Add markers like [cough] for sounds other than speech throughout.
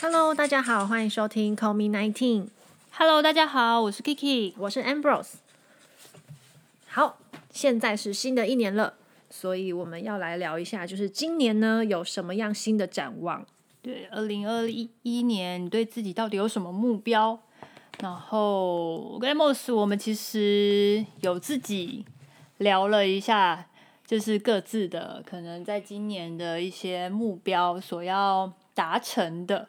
Hello，大家好，欢迎收听 Call Me Nineteen， Hello，大家好，我是 Kiki。我是 Ambrose。好，现在是新的一年了，所以我们要来聊一下，就是今年呢有什么样新的展望？对，二零二一年，你对自己到底有什么目标？然后我跟 Amos，我们其实有自己聊了一下，就是各自的可能在今年的一些目标所要达成的。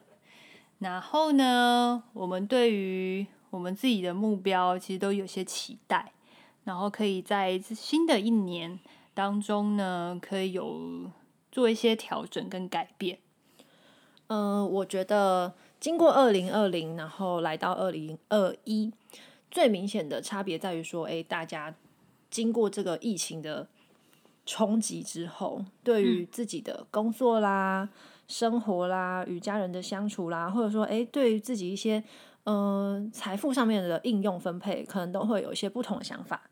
然后呢，我们对于我们自己的目标，其实都有些期待，然后可以在新的一年当中呢，可以有做一些调整跟改变。呃，我觉得经过二零二零，然后来到二零二一，最明显的差别在于说，诶，大家经过这个疫情的冲击之后，对于自己的工作啦、生活啦、与家人的相处啦，或者说，诶，对于自己一些嗯、呃财富上面的应用分配，可能都会有一些不同的想法。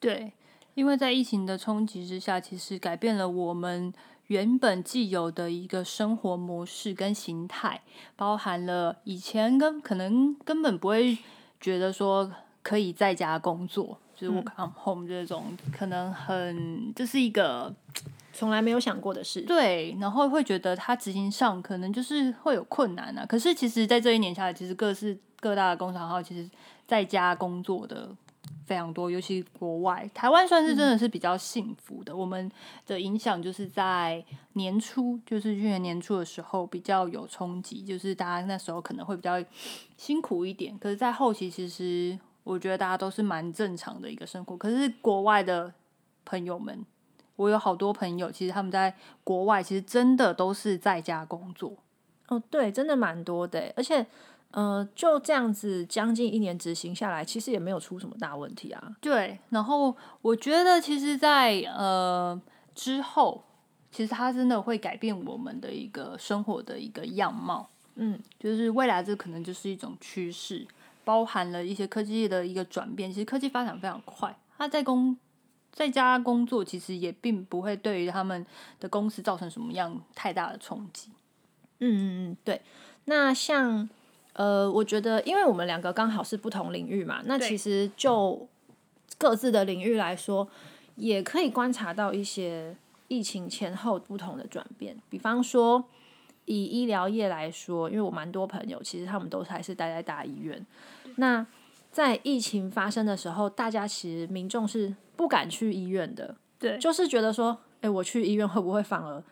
对，因为在疫情的冲击之下，其实改变了我们原本既有的一个生活模式跟形态，包含了以前跟可能根本不会觉得说可以在家工作，就是 work from home 这种，可能很这是一个从来没有想过的事，对，然后会觉得它执行上可能就是会有困难啊。可是其实，在这一年下来，其实各式各大的工厂号，其实在家工作的非常多，尤其国外，台湾算是真的是比较幸福的。我们的影响就是在年初，就是去年年初的时候比较有冲击，就是大家那时候可能会比较辛苦一点。可是，在后期其实。我觉得大家都是蛮正常的一个生活，可是国外的朋友们，我有好多朋友，其实他们在国外其实真的都是在家工作。哦，对，真的蛮多的欸，而且，呃，就这样子将近一年执行下来，其实也没有出什么大问题啊。对，然后我觉得其实在，呃之后，其实它真的会改变我们的一个生活的一个样貌。嗯，就是未来这可能就是一种趋势，包含了一些科技的一个转变。其实科技发展非常快，它在工在家工作其实也并不会对于他们的公司造成什么样太大的冲击。嗯嗯嗯，对。那像呃，我觉得，因为我们两个刚好是不同领域嘛，那对其实就各自的领域来说，也可以观察到一些疫情前后不同的转变。比方说，以医疗业来说，因为我蛮多朋友，其实他们都还是待在大医院。那在疫情发生的时候，大家其实民众是不敢去医院的，对就是觉得说，哎，我去医院会不会反而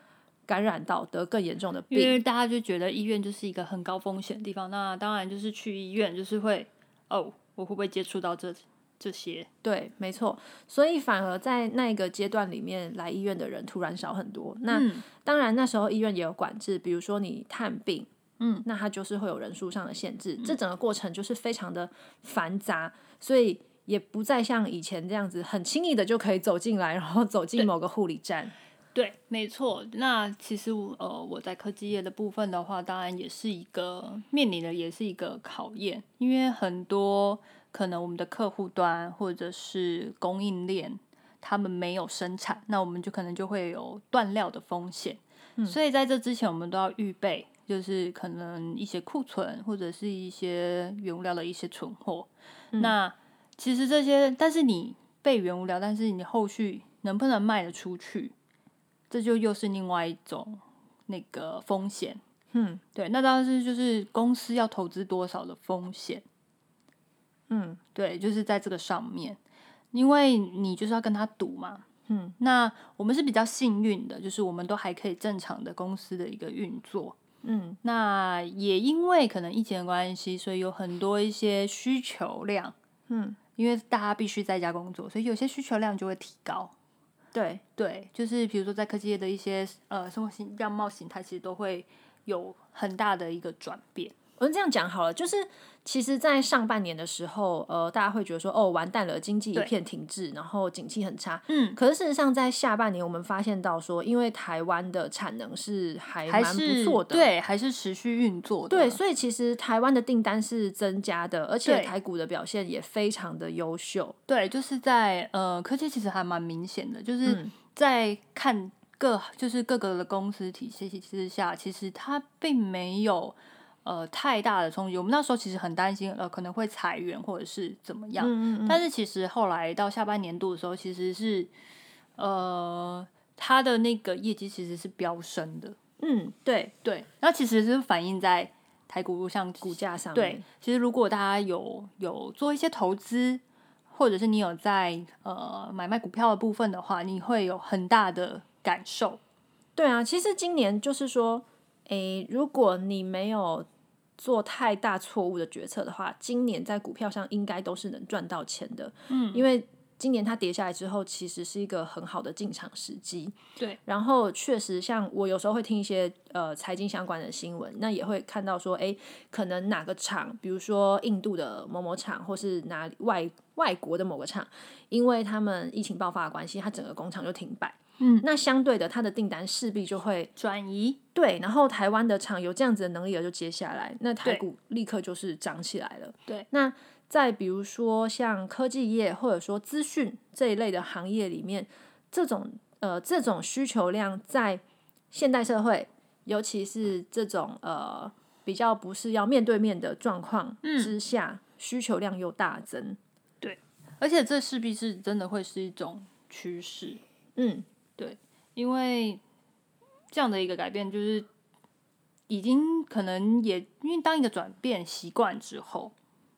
感染到得更严重的病因？为大家就觉得医院就是一个很高风险的地方，那当然就是去医院就是会哦，我会不会接触到这这些？对，没错，所以反而在那个阶段里面，来医院的人突然少很多。那、嗯当然，那时候医院也有管制，比如说你探病，嗯，那它就是会有人数上的限制。这整个过程就是非常的繁杂，所以也不再像以前这样子很轻易的就可以走进来，然后走进某个护理站。对，没错。那其实我呃，我在科技业的部分的话，当然也是一个面临的，也是一个考验，因为很多可能我们的客户端或者是供应链，他们没有生产，那我们就可能就会有断料的风险。所以在这之前，我们都要预备，就是可能一些库存或者是一些原物料的一些存货。那其实这些，但是你备原物料，但是你后续能不能卖得出去？这就又是另外一种那个风险。嗯对，那当然是就是公司要投资多少的风险，嗯对，就是在这个上面，因为你就是要跟他赌嘛。嗯，那我们是比较幸运的，就是我们都还可以正常的公司的一个运作。嗯那也因为可能疫情的关系，所以有很多一些需求量，嗯，因为大家必须在家工作，所以有些需求量就会提高。对，对，就是比如说在科技业的一些呃生活形样貌形态，其实都会有很大的一个转变。我嗯们这样讲好了，就是其实，在上半年的时候，呃，大家会觉得说，哦，完蛋了，经济一对片停滞，然后景气很差。嗯，可是事实上，在下半年，我们发现到说，因为台湾的产能是还还蛮不是错的，对，还是持续运作的。对，所以其实台湾的订单是增加的，而且对台股的表现也非常的优秀。对，就是在呃科技其实还蛮明显的，就是嗯在看各就是各个的公司体系之下，其实它并没有呃太大的冲击。我们那时候其实很担心，呃，可能会裁员或者是怎么样。嗯嗯嗯，但是其实后来到下半年度的时候，其实是呃它的那个业绩其实是飙升的，嗯，对，对，那其实是反映在台股上股价上对面，，其实如果大家有有做一些投资，或者是你有在呃买卖股票的部分的话，你会有很大的感受。对啊，其实今年就是说，诶，如果你没有做太大错误的决策的话，今年在股票上应该都是能赚到钱的。嗯，因为今年它跌下来之后，其实是一个很好的进场时机。对，然后确实，像我有时候会听一些呃财经相关的新闻，那也会看到说，诶，可能哪个厂，比如说印度的某某厂，或是哪里外外国的某个厂，因为他们疫情爆发的关系，它整个工厂就停摆。嗯，那相对的，它的订单势必就会转移，对，然后台湾的厂有这样子的能力了，就接下来，那台对股立刻就是涨起来了。对，那再比如说像科技业或者说资讯这一类的行业里面，这种呃这种需求量在现代社会，尤其是这种呃比较不是要面对面的状况嗯之下，需求量又大增。而且这势必是真的会是一种趋势，嗯，因为这样的一个改变就是。已经可能也因为当一个转变习惯之后，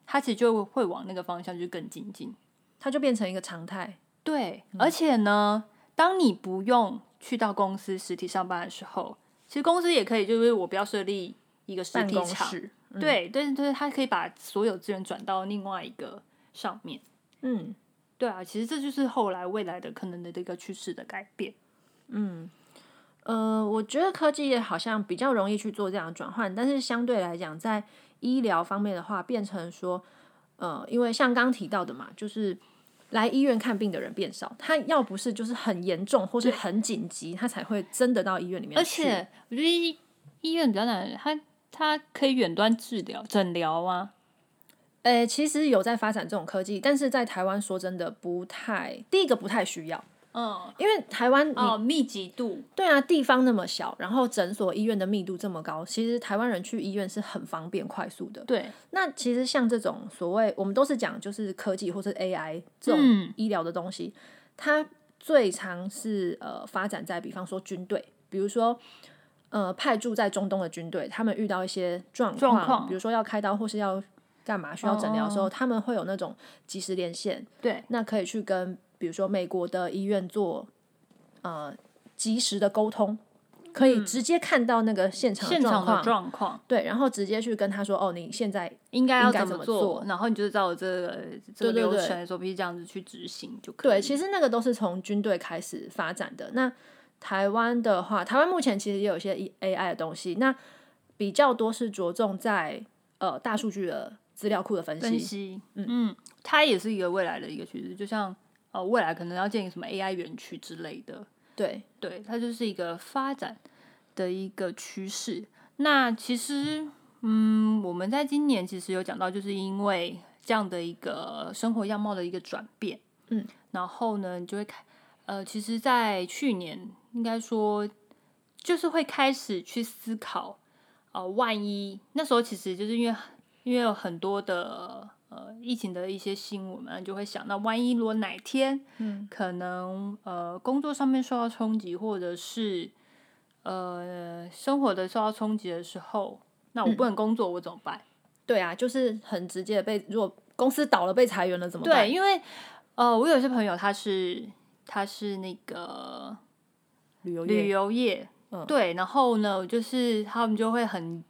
它其实就会往那个方向去更精进。它就变成一个常态。对，嗯而且呢，当你不用去到公司实体上班的时候，其实公司也可以，就是我不要设立一个实办体公厂，室，嗯对，但是就是它可以把所有资源转到另外一个上面。嗯，对啊，其实这就是后来未来的可能的一个趋势的改变。呃，我觉得科技业好像比较容易去做这样的转换，但是相对来讲，在医疗方面的话，变成说，呃，因为像刚提到的嘛，就是来医院看病的人变少，他要不是就是很严重或是很紧急，他才会真的到医院里面而去。且我觉得医医院比较难，它它可以远端治疗、诊疗啊。呃，其实有在发展这种科技，但是在台湾说真的不太，第一个不太需要，嗯，因为台湾你、哦，密集度，对啊，地方那么小，然后诊所、医院的密度这么高，其实台湾人去医院是很方便快速的。对，那其实像这种所谓，我们都是讲就是科技或是 AI 这种嗯医疗的东西，它最常是呃发展在比方说军队，比如说呃派驻在中东的军队，他们遇到一些状状况比如说要开刀或是要干嘛需要诊疗的时候，哦他们会有那种即时连线，对，那可以去跟比如说美国的医院做呃及时的沟通，可以直接看到那个现场的嗯现状场的况。状况。对，然后直接去跟他说：“哦，你现在应该应要该怎怎么么做，做然后你就照这个这对个对流对程 SOP 这样子去执行就可以。对，其实那个都是从军队开始发展的。那台湾的话，台湾目前其实也有一些 E- AI 的东西，那比较多是着重在呃大数据的资料库的分析。分析，嗯它也是一个未来的一个趋势，就像呃未来可能要建什么 AI 园区之类的，对，对，它就是一个发展的一个趋势。那其实，嗯，我们在今年其实有讲到，就是因为这样的一个生活样貌的一个转变，嗯，然后呢，你就会开，呃，其实，在去年应该说，就是会开始去思考，呃，万一那时候其实就是因为因为有很多的呃疫情的一些新闻嘛，你就会想到，万一如果哪天，嗯，可能呃工作上面受到冲击，或者是呃生活的受到冲击的时候，那我不能工作，我怎么办？对啊，就是很直接被，如果公司倒了被裁员了怎么办？对，因为呃，我有些朋友他是他是那个旅游旅业，游业，嗯对，然后呢，就是他们就会很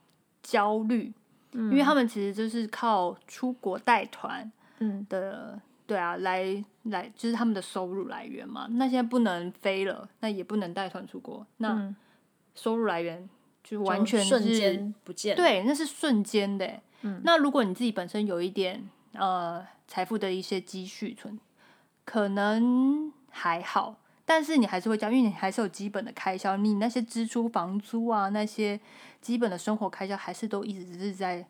焦虑，因为他们其实就是靠出国带团嗯，的，对啊，来来就是他们的收入来源嘛。那现在不能飞了，那也不能带团出国，那嗯收入来源就就完全瞬是间嗯不见。，对，那是瞬间的欸。那如果你自己本身有一点呃财富的一些积蓄存，可能还好，但是你还是会交，因为你还是有基本的开销，你那些支出、房租啊，那些基本的生活开销，还是都一直是在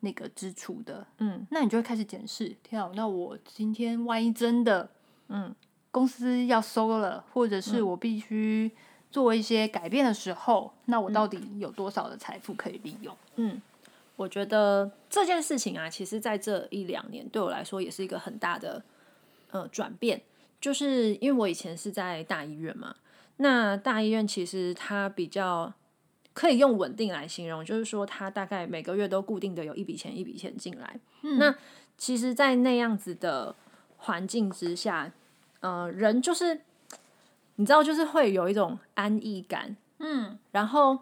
那个支出的。嗯，那你就会开始检视，天啊，那我今天万一真的，嗯，公司要收了，或者是我必须做一些改变的时候，那我到底有多少的财富可以利用？嗯，我觉得这件事情啊，其实在这一两年对我来说也是一个很大的呃转变，就是因为我以前是在大医院嘛，那大医院其实它比较可以用稳定来形容，就是说它大概每个月都固定的有一笔钱一笔钱进来。那其实，在那样子的环境之下，呃，人就是你知道，就是会有一种安逸感，嗯，然后。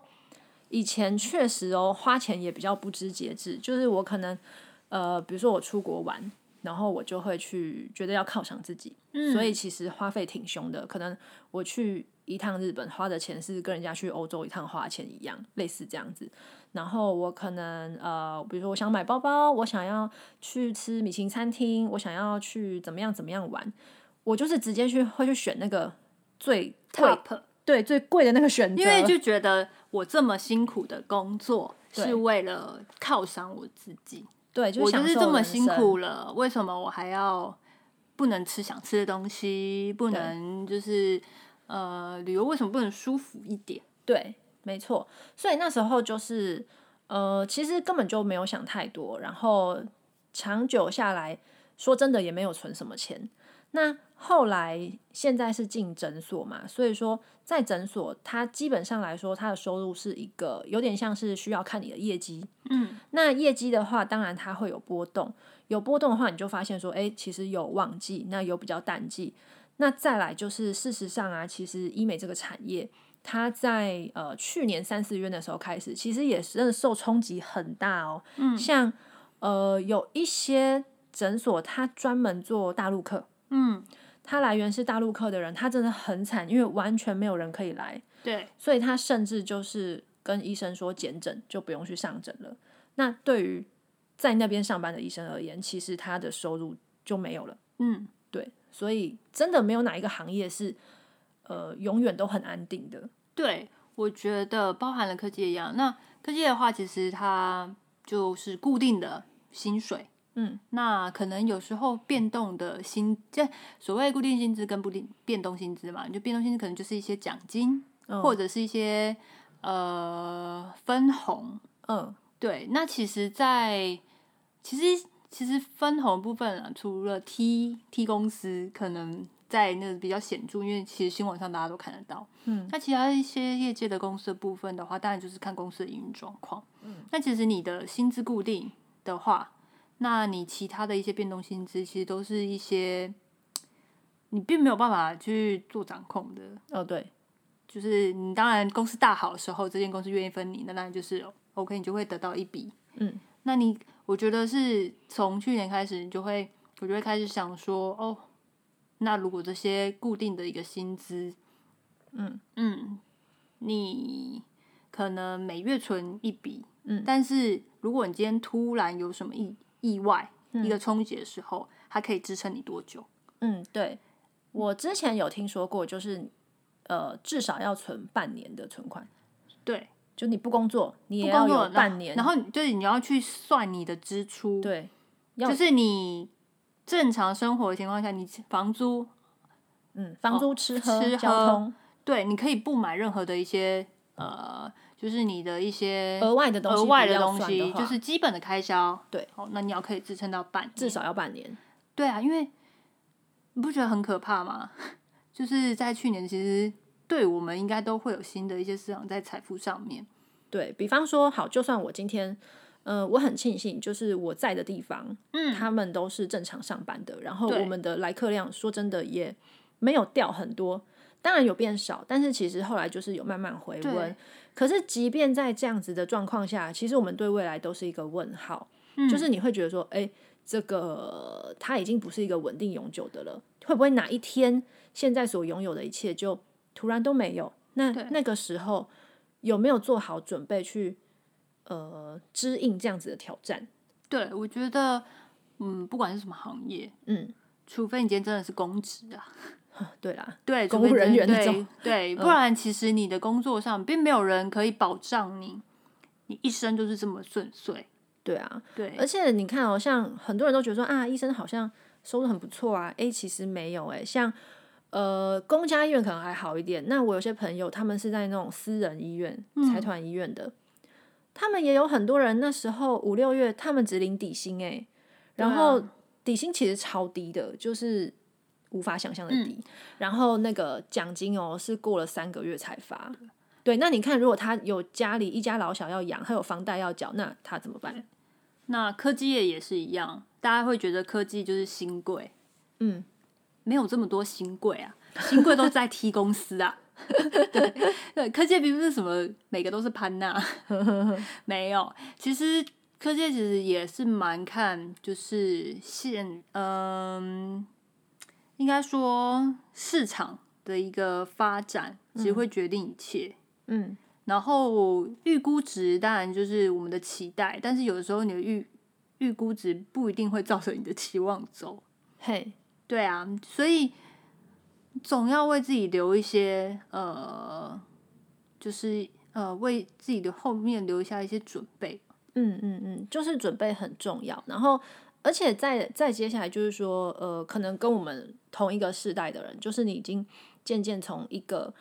以前确实哦，花钱也比较不知节制，就是我可能呃，比如说我出国玩，然后我就会去觉得要犒赏自己，嗯所以其实花费挺凶的。可能我去一趟日本花的钱是跟人家去欧洲一趟花的钱一样，类似这样子。然后我可能呃，比如说我想买包包，我想要去吃米其林餐厅，我想要去怎么样怎么样玩，我就是直接去会去选那个最贵， top，对最贵的那个选择，因为就觉得我这么辛苦的工作是为了犒赏我自己，对，就我享就是受这么人辛生苦了，为什么我还要不能吃想吃的东西，不能就是呃旅游为什么不能舒服一点？对，没错。所以那时候就是，呃，其实根本就没有想太多，然后长久下来，说真的也没有存什么钱。那后来现在是进诊所嘛，所以说在诊所，它基本上来说，它的收入是一个有点像是需要看你的业绩。嗯，那业绩的话，当然它会有波动，有波动的话，你就发现说，哎，其实有旺季，那有比较淡季。那再来就是，事实上啊，其实医美这个产业，它在呃去年三四月的时候开始，其实也是真的受冲击很大哦。嗯，像呃有一些诊所，它专门做大陆客，嗯，它来源是大陆客的人，他真的很惨，因为完全没有人可以来，对，所以他甚至就是跟医生说减诊，就不用去上诊了。那对于在那边上班的医生而言，其实他的收入就没有了。嗯，对，所以真的没有哪一个行业是呃永远都很安定的。对，我觉得包含了科技一样。那科技的话，其实它就是固定的薪水。嗯，那可能有时候变动的薪，这所谓固定薪资跟不定变动薪资嘛，你就变动薪资可能就是一些奖金，嗯或者是一些呃分红。嗯，对，那其实在，其实其实分红的部分啊，除了 T T 公司可能在那比较显著，因为其实新闻上大家都看得到。嗯，那其他一些业界的公司的部分的话，当然就是看公司的营运状况。嗯，那其实你的薪资固定的话，那你其他的一些变动薪资，其实都是一些你并没有办法去做掌控的。哦对，就是你当然公司大好的时候，这间公司愿意分你，那当然就是 OK，你就会得到一笔。嗯，那你我觉得是从去年开始，你就会我就会开始想说，哦，那如果这些固定的一个薪资，嗯嗯，你可能每月存一笔，嗯但是如果你今天突然有什么意意外、一个冲击的时候，它可以支撑你多久？嗯对，我之前有听说过，就是呃至少要存半年的存款，对，就你不工作，你也不要工作有半年，然后你就是你要去算你的支出，对，要就是你正常生活的情况下，你房租嗯房租、吃喝、哦吃交喝通对，你可以不买任何的一些呃，就是你的一些额外的东西，额外的的东算西，话就是基本的开销。对，好，那你要可以支撑到半年。至少要半年。对啊，因为你不觉得很可怕吗？ [laughs] 就是在去年，其实对我们应该都会有新的一些思想在财富上面。对比方说，好，就算我今天，呃，我很庆幸，就是我在的地方，嗯他们都是正常上班的，然后对我们的来客量，说真的也没有掉很多，当然有变少，但是其实后来就是有慢慢回温对。可是即便在这样子的状况下，其实我们对未来都是一个问号，嗯就是你会觉得说，哎、这个它已经不是一个稳定永久的了，会不会哪一天现在所拥有的一切就突然都没有？那对那个时候有没有做好准备去呃支应这样子的挑战？对，我觉得，嗯，不管是什么行业，嗯，除非你今天真的是公职啊，对啦，对，公除非务真人员那对种 [laughs] 嗯对，不然其实你的工作上并没有人可以保障你，你一生就是这么顺遂。对啊，对，而且你看、哦，像很多人都觉得说啊，医生好像收入很不错啊，诶，其实没有诶，像呃公家医院可能还好一点。那我有些朋友他们是在那种私人医院、财团医院的，他们也有很多人那时候五六月，他们只领底薪诶、然后底薪其实超低的，就是无法想象的低。然后那个奖金哦，是过了三个月才发。对，那你看，如果他有家里一家老小要养，他有房贷要缴，那他怎么办？那科技业也是一样，大家会觉得科技就是新贵，嗯，没有这么多新贵啊，新贵都在 T 公司啊。 [laughs] 对对，科技业并不是什么每个都是潘娜， [laughs] 没有。其实科技业其实也是蛮看，就是现嗯、应该说市场的一个发展，其实会决定一切。嗯，然后预估值当然就是我们的期待，但是有的时候你的预预估值不一定会照着你的期望走。嘿，对啊，所以总要为自己留一些呃，就是呃，为自己的后面留下一些准备。嗯嗯嗯，就是准备很重要。然后，而且再再接下来就是说，呃，可能跟我们同一个世代的人，就是你已经渐渐从一个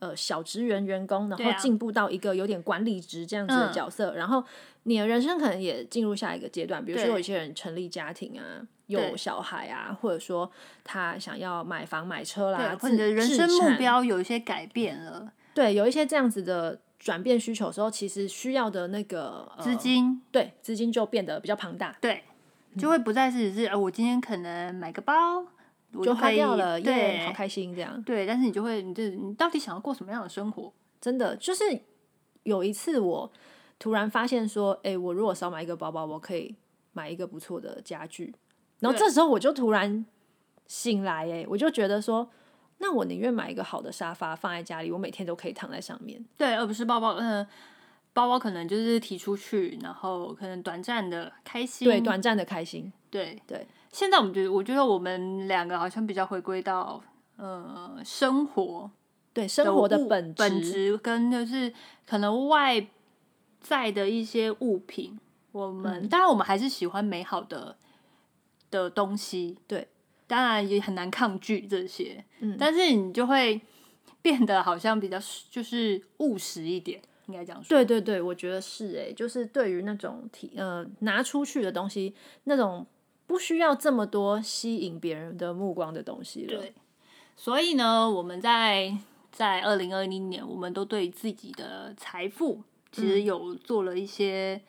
呃小职员员工，然对啊后进步到一个有点管理职这样子的嗯角色，然后你的人生可能也进入下一个阶段。比如说，对有一些人成立家庭啊。对有小孩啊，或者说他想要买房买车对，啦，或自者你的人自生目产标有一些改变了，对，有一些这样子的转变需求的时候，其实需要的那个呃资金对，资金就变得比较庞大。对，嗯就会不再是只是呃，我今天可能买个包，我就花可以掉了，耶，对好开心！这样对，但是你就会，你就你到底想要过什么样的生活？真的就是有一次我突然发现说，哎、我如果少买一个包包，我可以买一个不错的家具。然后对这时候我就突然醒来、诶，我就觉得说，那我宁愿买一个好的沙发放在家里，我每天都可以躺在上面。对，而不是包包，嗯、包包可能就是提出去，然后可能短暂的开心，对，短暂的开心。对对。现在我们觉得，我觉得我们两个好像比较回归到呃生活对，生活的物本质。本质跟就是可能外在的一些物品，我们、嗯当然我们还是喜欢美好的的东西，对，当然也很难抗拒这些，嗯但是你就会变得好像比较就是务实一点，应该这样说，对对对，我觉得是诶、就是对于那种体呃拿出去的东西，那种不需要这么多吸引别人的目光的东西了。对，所以呢，我们在在二零二零年，我们都对自己的财富其实有做了一些、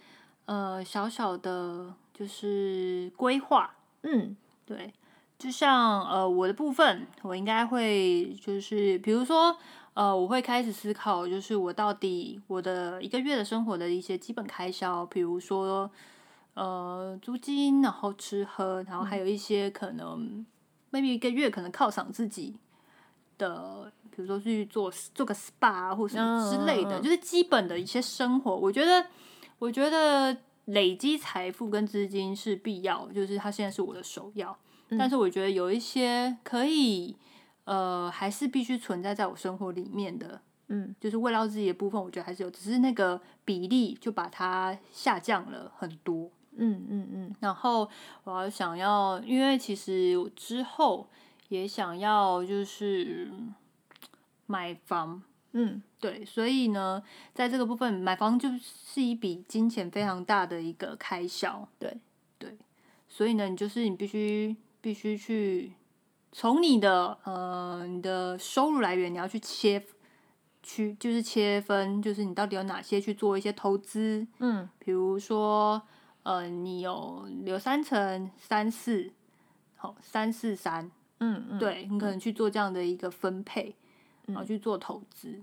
呃小小的，就是规划。嗯，对，就像呃我的部分，我应该会就是比如说呃，我会开始思考，就是我到底我的一个月的生活的一些基本开销，比如说呃租金，然后吃喝，然后嗯还有一些可能 maybe 一个月可能犒赏自己的。比如说去做做个 SPA 啊或什么之类的，嗯嗯嗯就是基本的一些生活。我觉得，我觉得累积财富跟资金是必要，就是它现在是我的首要。嗯但是我觉得有一些可以，呃，还是必须存在在我生活里面的，嗯，就是慰劳自己的部分，我觉得还是有，只是那个比例就把它下降了很多。嗯嗯嗯，然后我要想要，因为其实我之后也想要就是嗯买房，嗯，对，所以呢，在这个部分，买房就是一笔金钱非常大的一个开销。对对，所以呢，你就是你必须必须去从你的呃你的收入来源，你要去切去就是切分，就是你到底有哪些去做一些投资，嗯，比如说呃你有留三成三四，好三四三，嗯嗯，对你可能去做这样的一个分配，然后去做投资。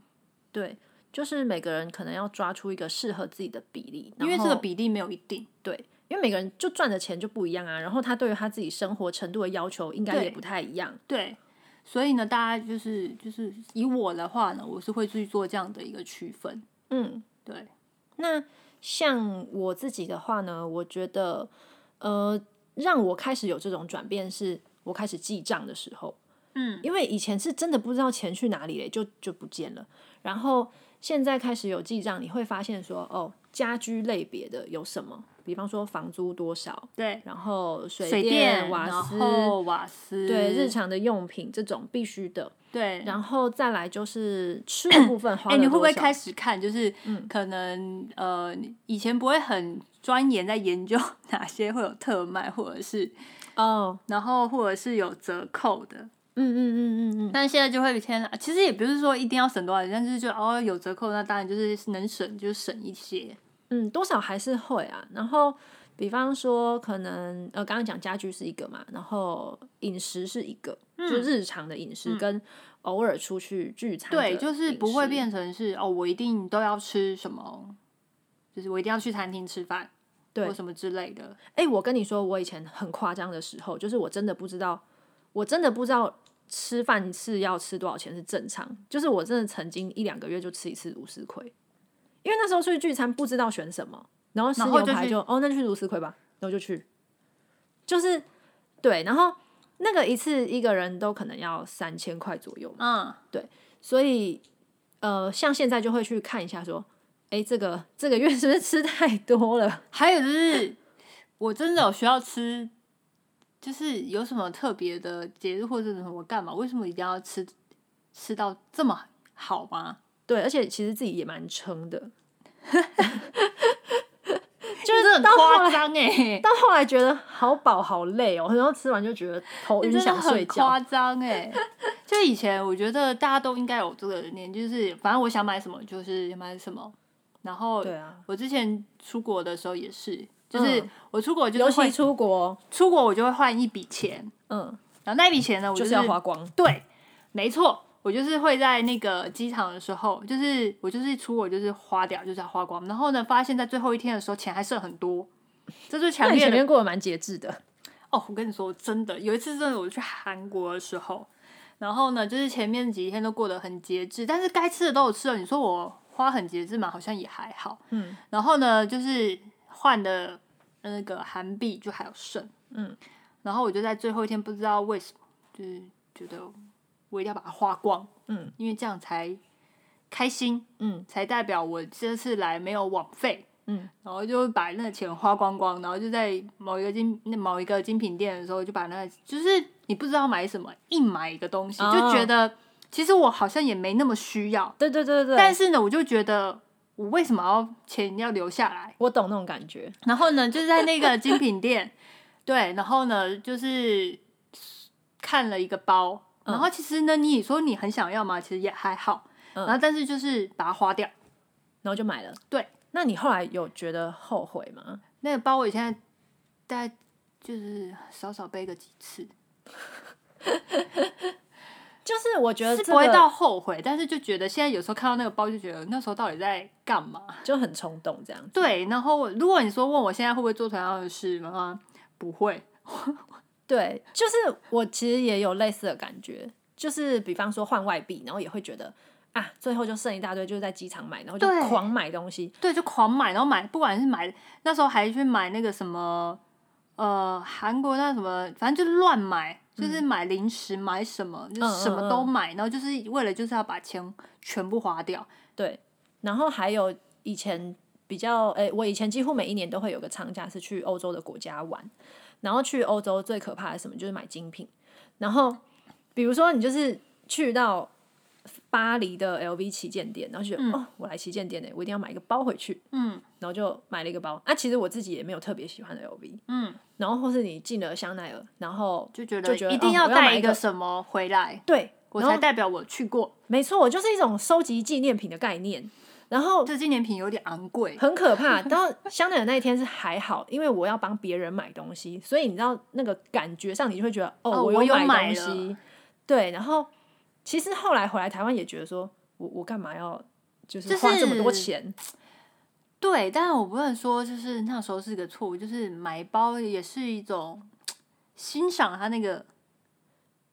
对，就是每个人可能要抓出一个适合自己的比例，因为然这个后比例没有一定。对。因为每个人就赚的钱就不一样啊，然后他对于他自己生活程度的要求应该对也不太一样。对，所以呢，大家就是就是以我的话呢，我是会去做这样的一个区分。嗯，对，那像我自己的话呢，我觉得，呃，让我开始有这种转变是，我开始记账的时候。嗯，因为以前是真的不知道钱去哪里了，就就不见了。然后现在开始有记账，你会发现说，哦，家居类别的有什么？比方说房租多少，对，然后水水电、电、瓦斯然，后嗯瓦斯，对日常的用品这种必须的。对，然后再来就是吃的部分花哎、了你会不多会少开始看？就是可能、呃，以前不会很钻研在研究 [laughs] 哪些会有特卖，或者是哦，然后或者是有折扣的，嗯嗯嗯嗯嗯，但现在就会天，其实也不是说一定要省多少钱，但是就哦有折扣，那当然就是能省就省一些。嗯，多少还是会啊。然后，比方说，可能呃，刚刚讲家居是一个嘛，然后饮食是一个，嗯就日常的饮食跟偶尔出去聚餐的对，就是不饮会食变成是哦，我一定都要吃什么，就是我一定要去餐厅吃饭，对或什么之类的。哎、我跟你说，我以前很夸张的时候，就是我真的不知道，我真的不知道吃饭是要吃多少钱是正常。就是我真的曾经一两个月就吃一次卢丝葵，因为那时候出去聚餐不知道选什么，然后吃然后牛就排去就哦，那就去卢丝葵吧，然后就去，就是对，然后那个一次一个人都可能要三千块左右嘛，嗯，所以呃，像现在就会去看一下说，哎、这个这个月是不是吃太多了？还有就是，我真的有需要吃，就是有什么特别的节日或者什么干嘛？为什么一定要吃吃到这么好吗？对，而且其实自己也蛮撑的，就是很夸张哎，但后来觉得好饱好累哦，然后吃完就觉得头真晕的想睡很觉 [laughs] 夸。张哎。就以前我觉得大家都应该有这个念，就是反正我想买什么就是买什么。然后对啊，我之前出国的时候也是，就是嗯我出国就尤是会其出国，出国我就会换一笔钱，嗯，然后那笔钱呢，我就是要花光。对，没错，我就是会在那个机场的时候，就是我就是出国就是花掉，就是要花光。然后呢，发现在最后一天的时候，钱还剩很多，这那就是强你烈前的面过得蛮节制的，哦。我跟你说，真的有一次真的我去韩国的时候，然后呢，就是前面几天都过得很节制，但是该吃的都有吃了。你说我花很节制嘛，好像也还好。嗯，然后呢，就是换的那个韩币就还有剩，嗯，然后我就在最后一天不知道为什么，就是觉得我一定要把它花光，嗯，因为这样才开心，嗯，才代表我这次来没有枉费，嗯，然后就把那个钱花光光，然后就在某一个精那某一个精品店的时候，就把那个就是你不知道买什么，硬买一个东西，哦就觉得其实我好像也没那么需要，对对对对但对，是呢，我就觉得我为什么要钱要留下来？我懂那种感觉。然后呢，就是在那个精品店， [laughs] 对，然后呢，就是看了一个包，嗯然后其实呢，你说你很想要嘛，其实也还好，嗯然后但是就是把它花掉。然后就买了。对，那你后来有觉得后悔吗？那个包我现在大概就是少少背个几次，就是我觉得是这不会个到后悔，但是就觉得现在有时候看到那个包就觉得那时候到底在干嘛？ [laughs] 就很冲动这样。对，然后如果你说问我现在会不会做同样的事吗？不会，对，就是我其实也有类似的感觉，就是比方说换外币，然后也会觉得啊，最后就剩一大堆，就是在机场买，然后就对狂买东西。对，就狂买，然后买，不管是买那时候还去买那个什么，呃，韩国那什么，反正就是乱买，就是买零食，买什么，就嗯是什嗯么都买，然后就是为了就是要把钱全部花掉。对，然后还有以前比较，诶、我以前几乎每一年都会有个长假是去欧洲的国家玩，然后去欧洲最可怕的是什么，就是买精品。然后比如说你就是去到巴黎的 LV 旗舰店，然后就觉得、哦，我来旗舰店呢，我一定要买一个包回去，嗯然后就买了一个包。那、其实我自己也没有特别喜欢 LV，嗯，然后或是你进了香奈儿，然后就觉就得觉得一定哦要我要带买一一个个什么回来，对，我然才后代表我去过。没错，我就是一种收集纪念品的概念。然后这纪念品有点昂贵，很可怕。然后香奈儿那一天是还好，因为我要帮别人买东西，所以你知道那个感觉上，你就会觉得哦，哦我我有买东买西了。对，然后其实后来回来台湾也觉得说，我我干嘛要就是就花这么多是钱？对，但是我不能说就是那时候是个错误，就是买包也是一种欣赏它那个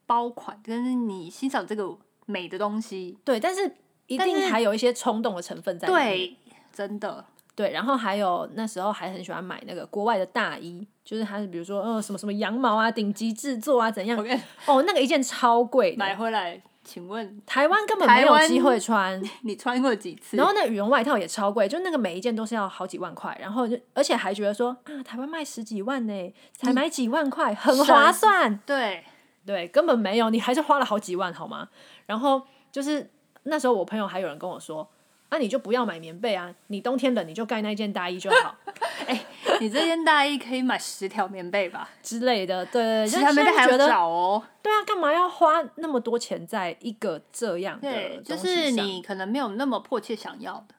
包款，跟你欣赏这个美的东西。对，但是一但定是还有一些冲动的成分在里面。对，真的，对对，然后还有那时候还很喜欢买那个国外的大衣，就是它是比如说呃什么什么羊毛啊，顶级制作啊怎样我跟哦，那个一件超贵买的，回来，请问台湾根本台没有湾机会穿。你穿过几次？然后那羽绒外套也超贵，就那个每一件都是要好几万块，然后就而且还觉得说啊，台湾卖十几万呢，才买几万块，很划算。对，对，根本没有，你还是花了好几万好吗？然后就是那时候我朋友还有人跟我说，那、你就不要买棉被啊，你冬天冷你就盖那件大衣就好你这件大衣可以买十条棉被吧？之类的。对对对，[laughs] 十就条棉被现在还就觉要得找哦。对啊，干嘛要花那么多钱在一个这样的对，就东西是上你可能没有那么迫切想要的，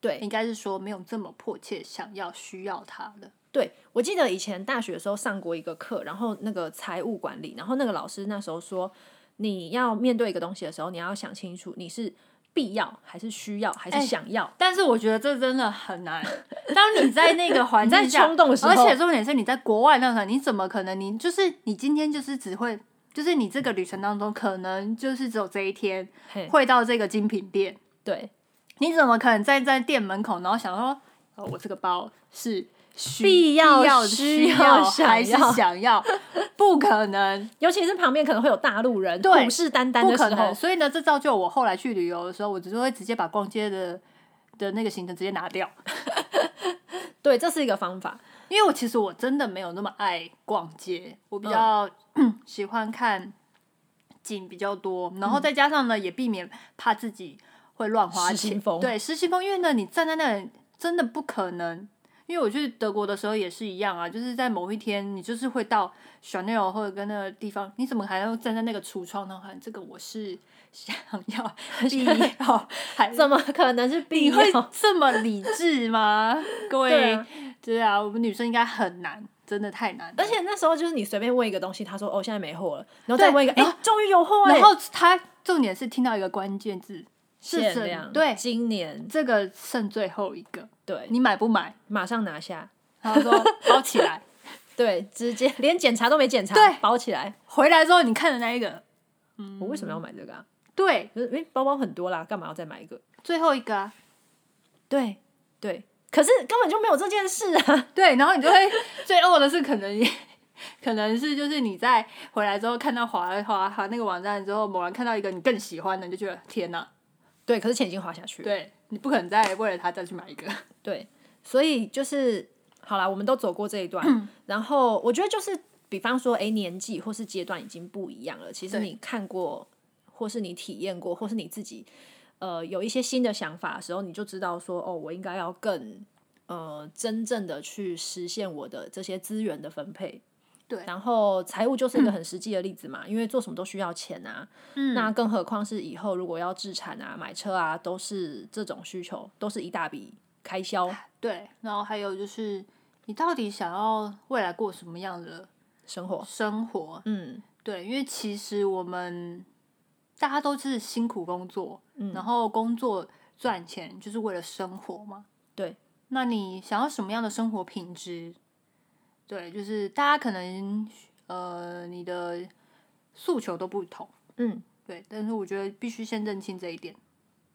对应该是说没有这么迫切想要需要它的。对，我记得以前大学的时候上过一个课，然后那个财务管理，然后那个老师那时候说，你要面对一个东西的时候，你要想清楚你是必要还是需要还哎是想要。但是我觉得这真的很难。当你在那个环境你在下冲动的时候而且重点是你在国外那场，你怎么可能？你就是你今天就是只会，就是你这个旅程当中可能就是只有这一天嘿会到这个精品店，对，你怎么可能站在店门口，然后想说，哦，我这个包是需必要要的、需需要想还是要想要？不可能，尤其是旁边可能会有大陆人对虎视眈眈不的可时能。候，所以呢，这造就我后来去旅游的时候，我只是会直接把逛街的的那个行程直接拿掉，对，这是一个方法。因为我其实我真的没有那么爱逛街，我嗯比较、 [clears throat] 喜欢看景比较多，然后再加上呢，也避免怕自己会乱花嗯失心钱。疯对，失心疯，因为呢，你站在那里真的不可能。因为我去德国的时候也是一样啊，就是在某一天，你就是会到 Chanel 或者跟那个地方，你怎么还要站在那个橱窗呢？喊这个我是想 [laughs] 要必要，还怎么可能是必嗯你会要？这么理智吗？ [laughs] 各对位啊，对啊，我们女生应该很难，真的太难了。而且那时候就是你随便问一个东西，他说哦现在没货了，然后对再问一个，哎、然后终于有货哎、然后他重点是听到一个关键字是限剩量，对，今年这个剩最后一个，对，你买不 [laughs] 买？马上拿下，然后说包起来，对，直接 [laughs] 连检查都没检查，对包起来。回来之后你看的那一个，我为什么要买这个啊？对，就是诶、包包很多啦，干嘛要再买一个？最后一个啊，对对，可是根本就没有这件事啊。对，然后你就会 [laughs] 最恶的是可能也。 [laughs] 可能是就是你在回来之后看到滑滑滑那个网站之后，某人看到一个你更喜欢的，你就觉得天哪！对，可是钱已经花下去了。对你不可能再为了他再去买一个。对，所以就是好啦，我们都走过这一段。嗯然后我觉得就是，比方说，哎、年纪或是阶段已经不一样了，其实对你看过，或是你体验过，或是你自己呃有一些新的想法的时候，你就知道说，哦，我应该要更。呃，真正的去实现我的这些资源的分配，对然后财务就是一个很实际的例子嘛，因为做什么都需要钱啊。嗯那更何况是以后如果要置产啊、买车啊，都是这种需求，都是一大笔开销。对，然后还有就是，你到底想要未来过什么样的生活。生活？嗯，对，因为其实我们大家都是辛苦工作，然后工作赚钱就是为了生活嘛。对，那你想要什么样的生活品质？对，就是大家可能呃，你的诉求都不同。嗯对，但是我觉得必须先认清这一点。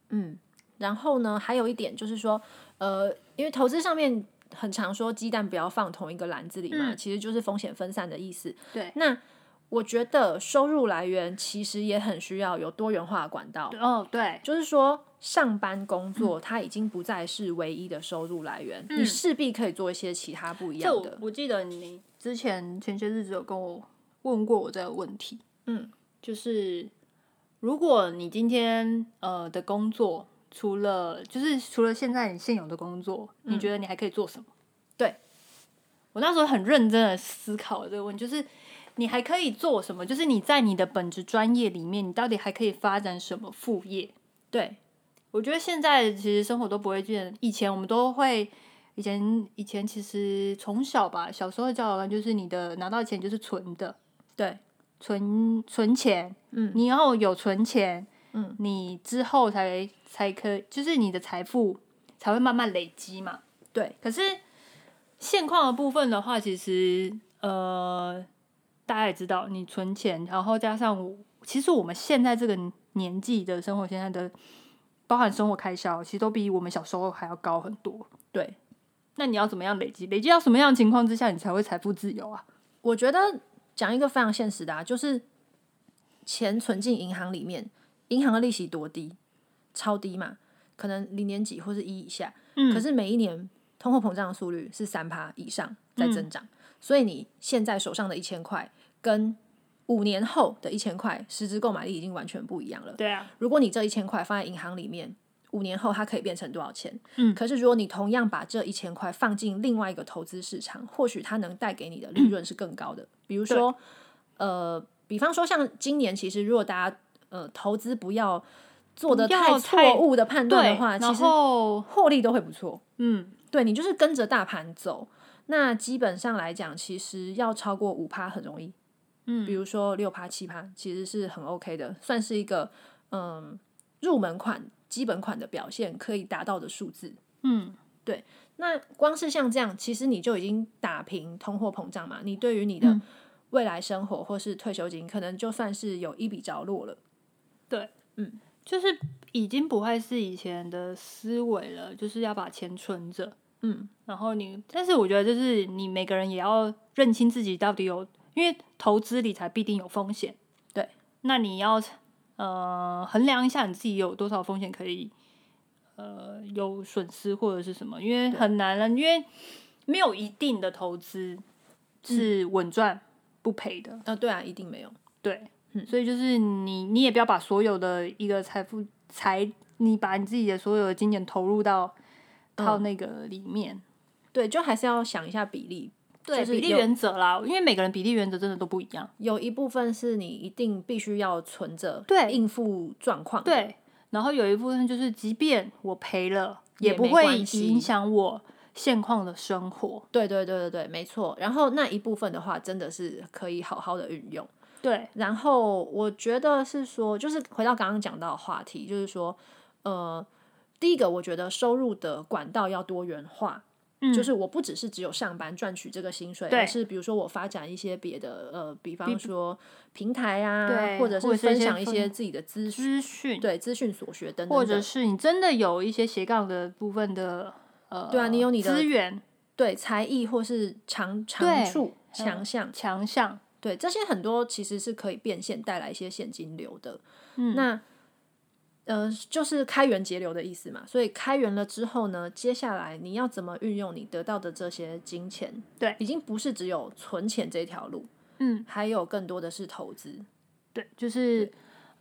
嗯。然后呢，还有一点就是说，呃，因为投资上面很常说鸡蛋不要放同一个篮子里嘛，其实就是风险分散的意思。嗯对，那我觉得收入来源其实也很需要有多元化的管道。哦，对，嗯就是说，上班工作它已经不再是唯一的收入来源，你势必可以做一些其他不一样就的。我记得你之前前些日子有跟我问过我这个问题，嗯，就是如果你今天呃的工作，除了就是除了现在你现有的工作，你觉得你还可以做什么？对，嗯我那时候很认真的思考这个问题，就是你还可以做什么？就是你在你的本职专业里面，你到底还可以发展什么副业？对，我觉得现在其实生活都不会见，以前我们都会，以前以前其实从小吧，小时候的教导观就是你的拿到钱就是存的，对，存存钱，嗯，你要有存钱，嗯，你之后才才可，就是你的财富才会慢慢累积嘛。对，可是现况的部分的话，其实呃，大家也知道，你存钱，然后加上我，其实我们现在这个年纪的生活，现在的包含生活开销，其实都比我们小时候还要高很多。对，那你要怎么样累积？累积到什么样的情况之下，你才会财富自由啊？我觉得讲一个非常现实的啊，就是钱存进银行里面，银行的利息多低，超低嘛，可能零点几或是一以下。嗯可是每一年通货膨胀的速率是三趴以上在增长，所以你现在手上的一千块跟五年后的一千块实质购买力已经完全不一样了。对啊，如果你这一千块放在银行里面，五年后它可以变成多少钱？嗯可是如果你同样把这一千块放进另外一个投资市场，或许它能带给你的利润是更高嗯的。比如说，呃，比方说像今年，其实如果大家呃投资不要做的不要太太错误的判断的对，话，其然实后获利都会不错。嗯，对你就是跟着大盘走。那基本上来讲，其实要超过五趴很容易，嗯比如说六趴、七趴，其实是很 OK 的，算是一个嗯入门款、基本款的表现可以达到的数字。嗯，对。那光是像这样，其实你就已经打平通货膨胀嘛，你对于你的嗯未来生活或是退休金，可能就算是有一笔着落了。就是已经不会是以前的思维了，就是要把钱存着。嗯，然后你，但是我觉得就是你每个人也要认清自己到底有，因为投资理财必定有风险。对，那你要呃衡量一下你自己有多少风险可以呃有损失或者是什么，因为很难了，因为没有一定的投资是稳赚不赔的。啊，对啊，一定没有。对，所以就是你，你也不要把所有的一个财富财，你把你自己的所有的金钱投入到到那个里面，对，就还是要想一下比例，就是比例有原则啦，因为每个人比例原则真的都不一样。有一部分是你一定必须要存着，对应付状况。，对，然后有一部分就是，即便我赔了，也也不没会关系影响我现况的生活。对，对，对，对，对，没错。然后那一部分的话，真的是可以好好的运用。对，然后我觉得是说，就是回到刚刚讲到的话题，就是说，呃，第一个，我觉得收入的管道要多元化，嗯，就是我不只是只有上班赚取这个薪水，对而是比如说我发展一些别的，呃，比方说平台啊，对或者或是分者是一些享一分些自己的资讯，资讯，对资讯所学等等等，或者是你真的有一些斜杠的部分的，呃，对啊你有你的资源对才艺或是长长对嗯处、还有强项，强项，对这些很多其实是可以变现带来一些现金流的。嗯，那呃就是开源节流的意思嘛。所以开源了之后呢，接下来你要怎么运用你得到的这些金钱？对已经不是只有存钱这条路，嗯。还有更多的是投资。对，就是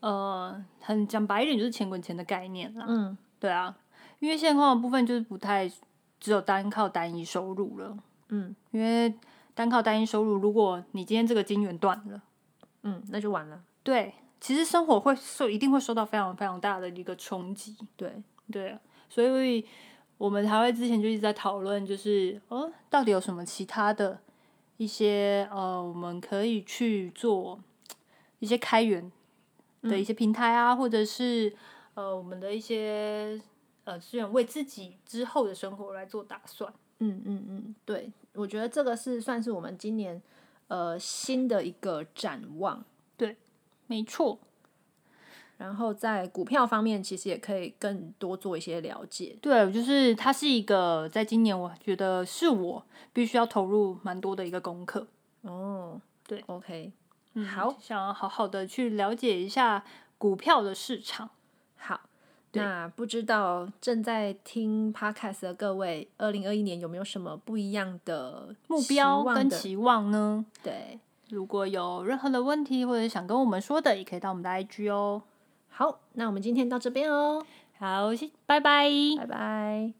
呃，很讲白一点，就是钱滚钱的概念啦。嗯，对啊，因为现况的部分就是不太只有单靠单一收入了。嗯，因为单靠单一收入，如果你今天这个金源断了，嗯，那就完了。对，其实生活会受一定会受到非常非常大的一个冲击。对，对啊，所以我们还会之前就一直在讨论，就是哦，到底有什么其他的一些呃，我们可以去做一些开源的一些平台啊，或者是呃，我们的一些呃资源，为自己之后的生活来做打算。嗯嗯嗯，对，我觉得这个是算是我们今年呃新的一个展望。没错，然后在股票方面，其实也可以更多做一些了解。对，就是它是一个在今年，我觉得是我必须要投入蛮多的一个功课。哦，对，OK，嗯，好，想要好好的去了解一下股票的市场。好。对那不知道正在听 Podcast 的各位，二零二一年有没有什么不一样的目期标望跟的期望呢？对，如果有任何的问题或者想跟我们说的，也可以到我们的 IG 哦。好，那我们今天到这边哦，好，谢拜拜。拜拜。